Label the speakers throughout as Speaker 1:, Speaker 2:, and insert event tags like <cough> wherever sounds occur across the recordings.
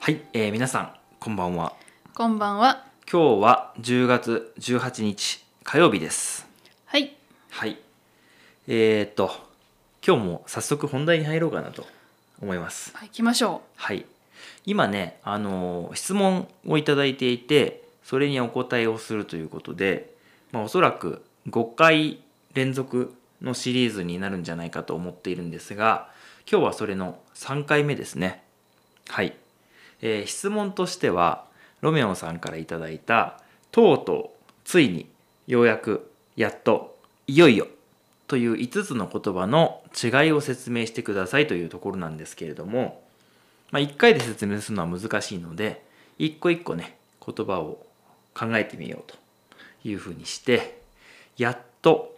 Speaker 1: はい、えー皆さんこんばんは
Speaker 2: こんばんは。
Speaker 1: 今日は10月18日火曜日です
Speaker 2: はい。
Speaker 1: はいえー、っと今日も早速本題に入ろうかなと思います
Speaker 2: はい、行きましょ
Speaker 1: はい今ねあのー質問をいただいていてそれにお答えをするということで、まあ、おそらく5回連続のシリーズになるんじゃないかと思っているんですが今日はそれの3回目ですねはい、えー質問としてはロメオさんからいただいた「とうとうついにようやくやっといよいよ」という5つの言葉の違いを説明してくださいというところなんですけれどもまあ、1回で説明するのは難しいので一個一個ね言葉を考えてみようというふうにしてやっと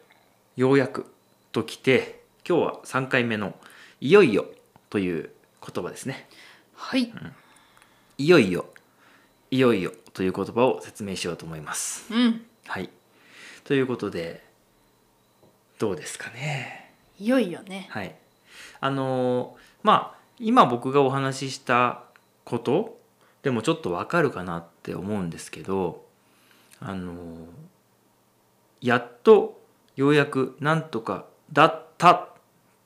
Speaker 1: ようやくときて今日は3回目の「いよいよ」という言葉ですね。
Speaker 2: う。はい。
Speaker 1: いよいよいよいよという言葉を説明しようと思います。
Speaker 2: うん。
Speaker 1: はい、ということでどうですかね
Speaker 2: いよいよね。
Speaker 1: はい、あのーまあ今僕がお話ししたことでもちょっとわかるかなって思うんですけど、あのーやっとようやくなんとかだったっ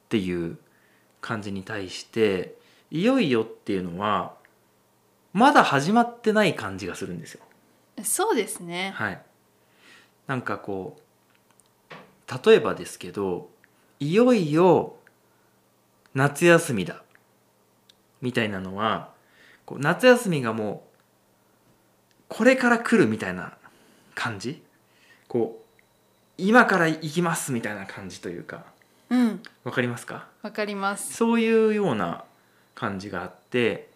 Speaker 1: ていう感じに対していよいよっていうのはまだ始まってない感じがするんですよ。
Speaker 2: そうですね。
Speaker 1: はい、なんかこう例えばですけどいよいよ夏休みだみたいなのはこう夏休みがもうこれから来るみたいな感じこう今から行きますみたいな感じというか
Speaker 2: うん。
Speaker 1: わかりますか
Speaker 2: わかります。
Speaker 1: そういうような感じがあって、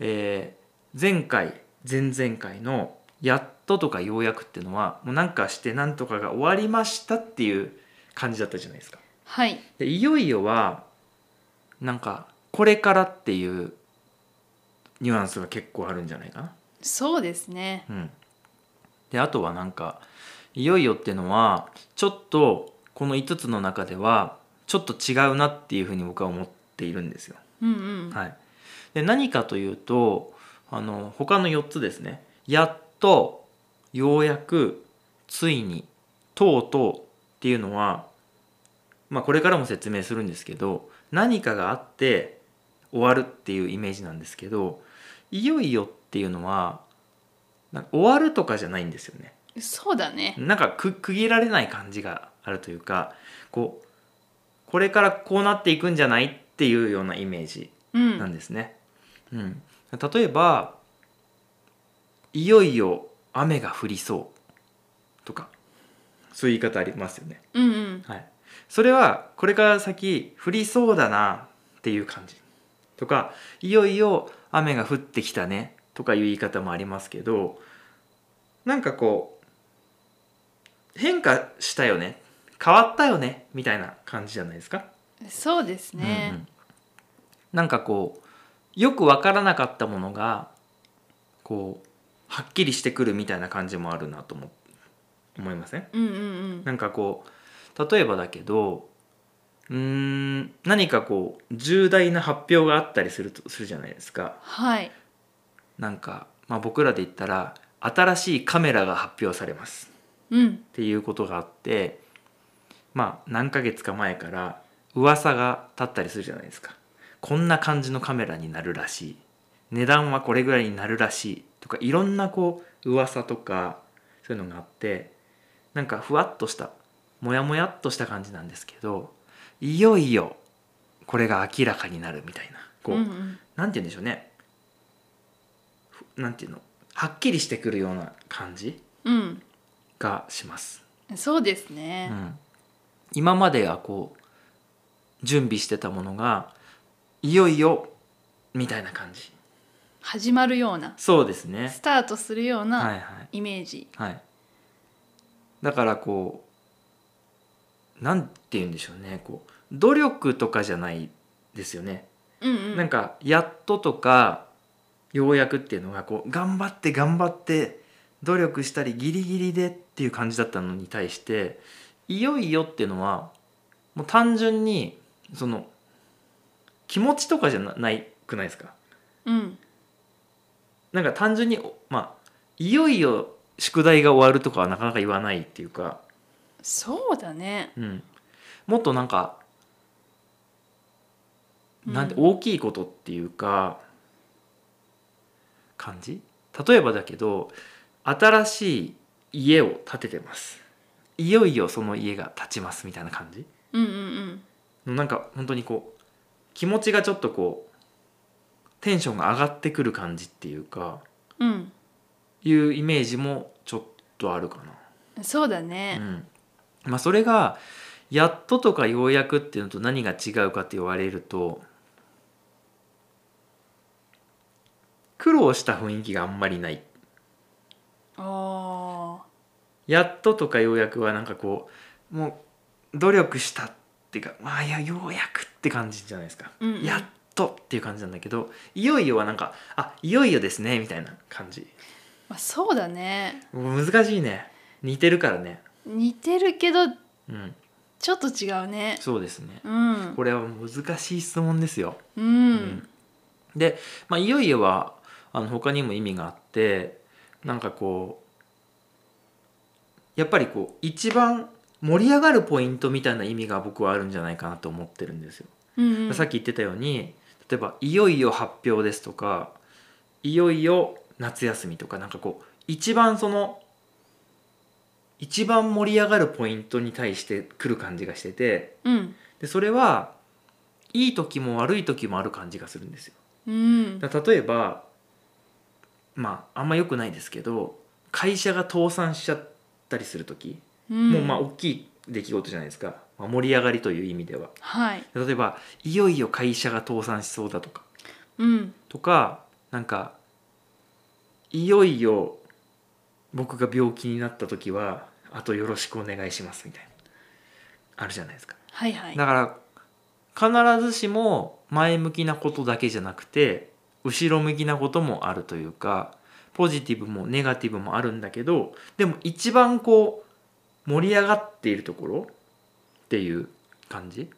Speaker 1: えー前回前々回の「やっと」とか「ようやく」っていうのはもうなんかしてなんとかが終わりましたっていう感じだったじゃないですか。
Speaker 2: はい。
Speaker 1: でいよいよはなんか「これから」っていうニュアンスが結構あるんじゃないかな。
Speaker 2: そうですね。
Speaker 1: うん、であとはなんか「いよいよ」っていうのはちょっとこの5つの中ではちょっと違うなっていうふうに僕は思っているんですよ。
Speaker 2: うんうん。
Speaker 1: はい、で何かというとあの他の4つですねやっとようやくついにとうとうっていうのは、まあ、これからも説明するんですけど何かがあって終わるっていうイメージなんですけどいよいよっていうのはなんか終わるとかじゃないんですよね。
Speaker 2: そうだね。
Speaker 1: なんかく区切られない感じがあるというかこうこれからこうなっていくんじゃないっていうようなイメージ
Speaker 2: う
Speaker 1: なん
Speaker 2: ん。
Speaker 1: ですね。うん、例えば「いよいよ雨が降りそう」とかそういう言い方ありますよね。
Speaker 2: うんうん。
Speaker 1: はい、それはこれから先降りそうだなっていう感じとか「いよいよ雨が降ってきたね」とかいう言い方もありますけどなんかこう変化したよね変わったよねみたいな感じじゃないですか。
Speaker 2: そうです
Speaker 1: うんう
Speaker 2: ね。
Speaker 1: んなんかこうよく分からなかったものがこうはっきりしてくるみたいな感じもあるなと思思いません
Speaker 2: うんうんうん。
Speaker 1: なんかこう例えばだけどうーん何かこう重大な発表があったりするとするじゃないですか
Speaker 2: はい。
Speaker 1: なんか、まあ、僕らで言ったら新しいカメラが発表されます
Speaker 2: うん。
Speaker 1: っていうことがあってまあ何ヶ月か前から噂が立ったりするじゃないですかこんな感じのカメラになるらしい値段はこれぐらいになるらしいとかいろんなこう噂とかそういうのがあってなんかふわっとしたモヤモヤっとした感じなんですけどいよいよこれが明らかになるみたいなこ
Speaker 2: う
Speaker 1: う、
Speaker 2: んうん。
Speaker 1: なんて言うんでしょうねふなんていうのはっきりしてくるような感じ
Speaker 2: うん。
Speaker 1: がします。
Speaker 2: そうです
Speaker 1: う
Speaker 2: ね。
Speaker 1: ん、今まではこう準備してたものがいよいよみたいな感じ
Speaker 2: 始まるような。
Speaker 1: そうですね
Speaker 2: スタートするよ
Speaker 1: は
Speaker 2: う
Speaker 1: いは
Speaker 2: ないイメージ。
Speaker 1: はいだからこうなんて言うんでしょうねこう努力とかじゃないですよね、
Speaker 2: うんう
Speaker 1: なん
Speaker 2: ん。
Speaker 1: かやっととかようやくっていうのがこう頑張って頑張って努力したりギリギリでっていう感じだったのに対していよいよっていうのはもう単純にその気持ちとかじゃなないくないですか
Speaker 2: うん。
Speaker 1: なんか単純にまあいよいよ宿題が終わるとかはなかなか言わないっていうか、
Speaker 2: そうだね
Speaker 1: うん、もっとなんかなんて
Speaker 2: うん
Speaker 1: 大きいことっていうか感じ例えばだけど新しい家を建ててますいよいよその家が建ちますみたいな感じ
Speaker 2: うんうんうん
Speaker 1: なんか本当にこう気持ちがちょっとこうテンションが上がってくる感じっていうか
Speaker 2: うん
Speaker 1: いうイメージもちょっとあるか
Speaker 2: そうだ
Speaker 1: な。う
Speaker 2: ね、
Speaker 1: んまあ、それがやっととかようやくっていうのと何が違うかって言われると苦労した雰囲気があんまりない
Speaker 2: あ
Speaker 1: やっととかようやくはなんかこうもう努力したっていうかまあいやようやくって感じじゃないですか、
Speaker 2: うんうん
Speaker 1: やっとっていう感じなんだけどいよいよはなんかあいよいよですねみたいな感じ
Speaker 2: ー、まあ、そうだね
Speaker 1: もう難しいね似てるからね
Speaker 2: 似てるけど
Speaker 1: うん
Speaker 2: ちょっと違うね
Speaker 1: そうですね
Speaker 2: うん
Speaker 1: これは難しい質問ですよ
Speaker 2: う
Speaker 1: うん
Speaker 2: ん
Speaker 1: で、まあ、いよいよはあの他にも意味があってなんかこうやっぱりこう一番盛り上がるポイントみたいな意味が僕はあるんじゃないかなと思ってるんですよ。
Speaker 2: うんうん
Speaker 1: さっき言ってたように例えば「いよいよ発表です」とか「いよいよ夏休み」とかなんかこう一番その一番盛り上がるポイントに対してくる感じがしてて
Speaker 2: うん
Speaker 1: でそれはいい時も悪い時もある感じがするんですよ。
Speaker 2: うん
Speaker 1: だ例えばまああんま良くないですけど会社が倒産しちゃったりする時、
Speaker 2: うん
Speaker 1: もうまあ大きい出来事じゃないですか、まあ、盛り上がりという意味では
Speaker 2: はい
Speaker 1: 例えばいよいよ会社が倒産しそうだとか
Speaker 2: うん
Speaker 1: とかなんかいよいよ僕が病気になった時はあとよろしくお願いしますみたいなあるじゃないですか
Speaker 2: はいはい
Speaker 1: だから必ずしも前向きなことだけじゃなくて後ろ向きなこともあるというかポジティブもネガティブもあるんだけどでも一番こう盛り上がっているところっていう感じ、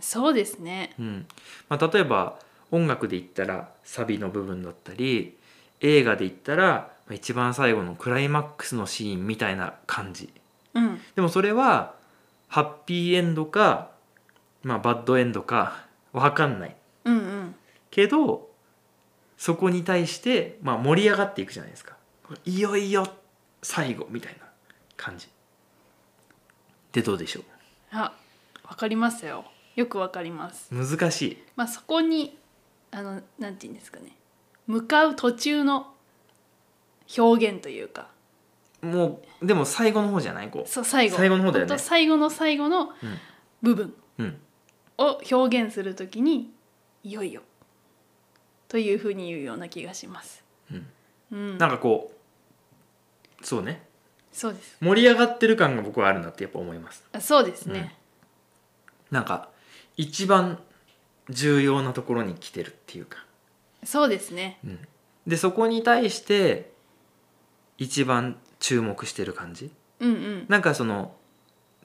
Speaker 2: そうですね
Speaker 1: うんまあ、例えば音楽で言ったらサビの部分だったり映画で言ったら一番最後のクライマックスのシーンみたいな感じ
Speaker 2: うん
Speaker 1: でもそれはハッピーエンドか、まあ、バッドエンドか分かんない
Speaker 2: うんうん
Speaker 1: けどそこに対して、まあ、盛り上がっていくじゃないですかいよいよ最後みたいな感じでどうでしょ
Speaker 2: あわかりますよよくわかります
Speaker 1: う難しい
Speaker 2: まあそこにあのなんて言うんですかね向かう途中の表現というか
Speaker 1: もうでも最後の方じゃないこ
Speaker 2: そう最後
Speaker 1: 最後の方だよね
Speaker 2: ほんと最後の最後の
Speaker 1: うん
Speaker 2: 部分
Speaker 1: う、うん、
Speaker 2: を表現するときにいよいよというふうに言うような気がします。
Speaker 1: うん
Speaker 2: うん、
Speaker 1: なんかこうそうね
Speaker 2: そうです。
Speaker 1: 盛り上がってる感が僕はあるなってやっぱ思います
Speaker 2: あそうですね。
Speaker 1: なんか一番重要なところに来てるっていうか
Speaker 2: そうですね。
Speaker 1: でそこに対して一番注目してる感じ
Speaker 2: うんうん。
Speaker 1: なんかその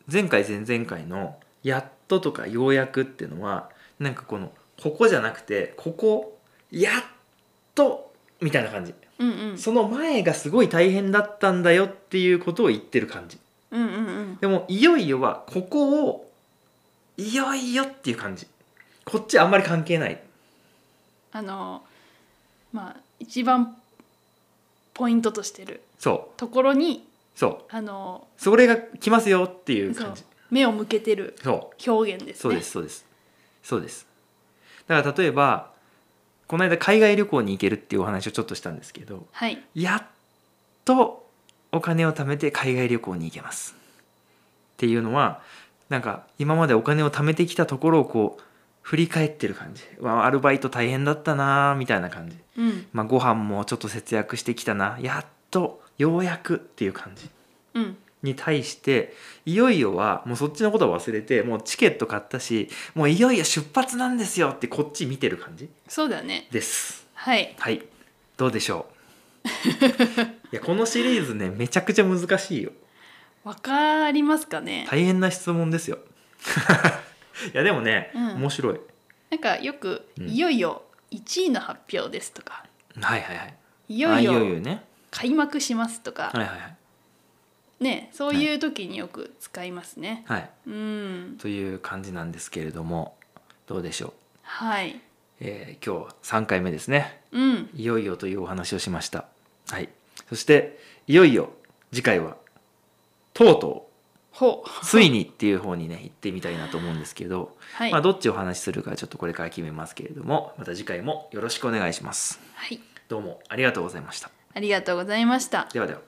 Speaker 1: 前回前々回の「やっと」とか「ようやく」っていうのはなんかこのここじゃなくてここ「やっと」みたいな感じ
Speaker 2: うんうん。
Speaker 1: その前がすごい大変だったんだよっていうことを言ってる感じ
Speaker 2: うんうんうん。
Speaker 1: でも「いよいよ」はここを「いよいよ」っていう感じこっちあんまり関係ない
Speaker 2: あのまあ一番ポイントとしてる
Speaker 1: そ
Speaker 2: ところに
Speaker 1: うそう
Speaker 2: あの
Speaker 1: それが来ますよっていう
Speaker 2: そう
Speaker 1: 感じ
Speaker 2: 目を向けてる
Speaker 1: そう
Speaker 2: 表現ですね。
Speaker 1: そうです。そうですそうですだから例えばこの間海外旅行に行けるっていうお話をちょっとしたんですけど
Speaker 2: はい。
Speaker 1: やっとお金を貯めて海外旅行に行けますっていうのはなんか今までお金を貯めてきたところをこう振り返ってる感じうわアルバイト大変だったなーみたいな感じ、
Speaker 2: うん
Speaker 1: まあ、ご飯もちょっと節約してきたなやっとようやくっていう感じ
Speaker 2: うん
Speaker 1: に対していよいよはもうそっちのことは忘れてもうチケット買ったしもういよいよ出発なんですよってこっち見てる感じ
Speaker 2: そうだね。
Speaker 1: です
Speaker 2: はい。
Speaker 1: はいどうでしょう <laughs> いやこのシリーズねめちゃくちゃ難しいよ
Speaker 2: わかりますかね。
Speaker 1: 大変な質問ですよ <laughs> いやでもね、
Speaker 2: うん
Speaker 1: 面白い
Speaker 2: なんかよく、
Speaker 1: うん
Speaker 2: いよいよ1位の発表ですとか
Speaker 1: はいはいはい
Speaker 2: いよい
Speaker 1: あいよい
Speaker 2: よ
Speaker 1: よね
Speaker 2: 開幕しますとか、
Speaker 1: はいはいはい
Speaker 2: ねそういう時によく使いますね。
Speaker 1: はい
Speaker 2: うん
Speaker 1: という感じなんですけれどもどうでしょう、
Speaker 2: はい
Speaker 1: えー今日3回目ですね
Speaker 2: うん
Speaker 1: いよいよというお話をしましたはいそしていよいよ次回はとうと
Speaker 2: ほう
Speaker 1: うついにっていう方にね行ってみたいなと思うんですけど、
Speaker 2: はい、
Speaker 1: まあどっちをお話しするかちょっとこれから決めますけれどもまた次回もよろしくお願いします
Speaker 2: はい、
Speaker 1: どうもありがとうございました
Speaker 2: ありがとうございました。
Speaker 1: ではでは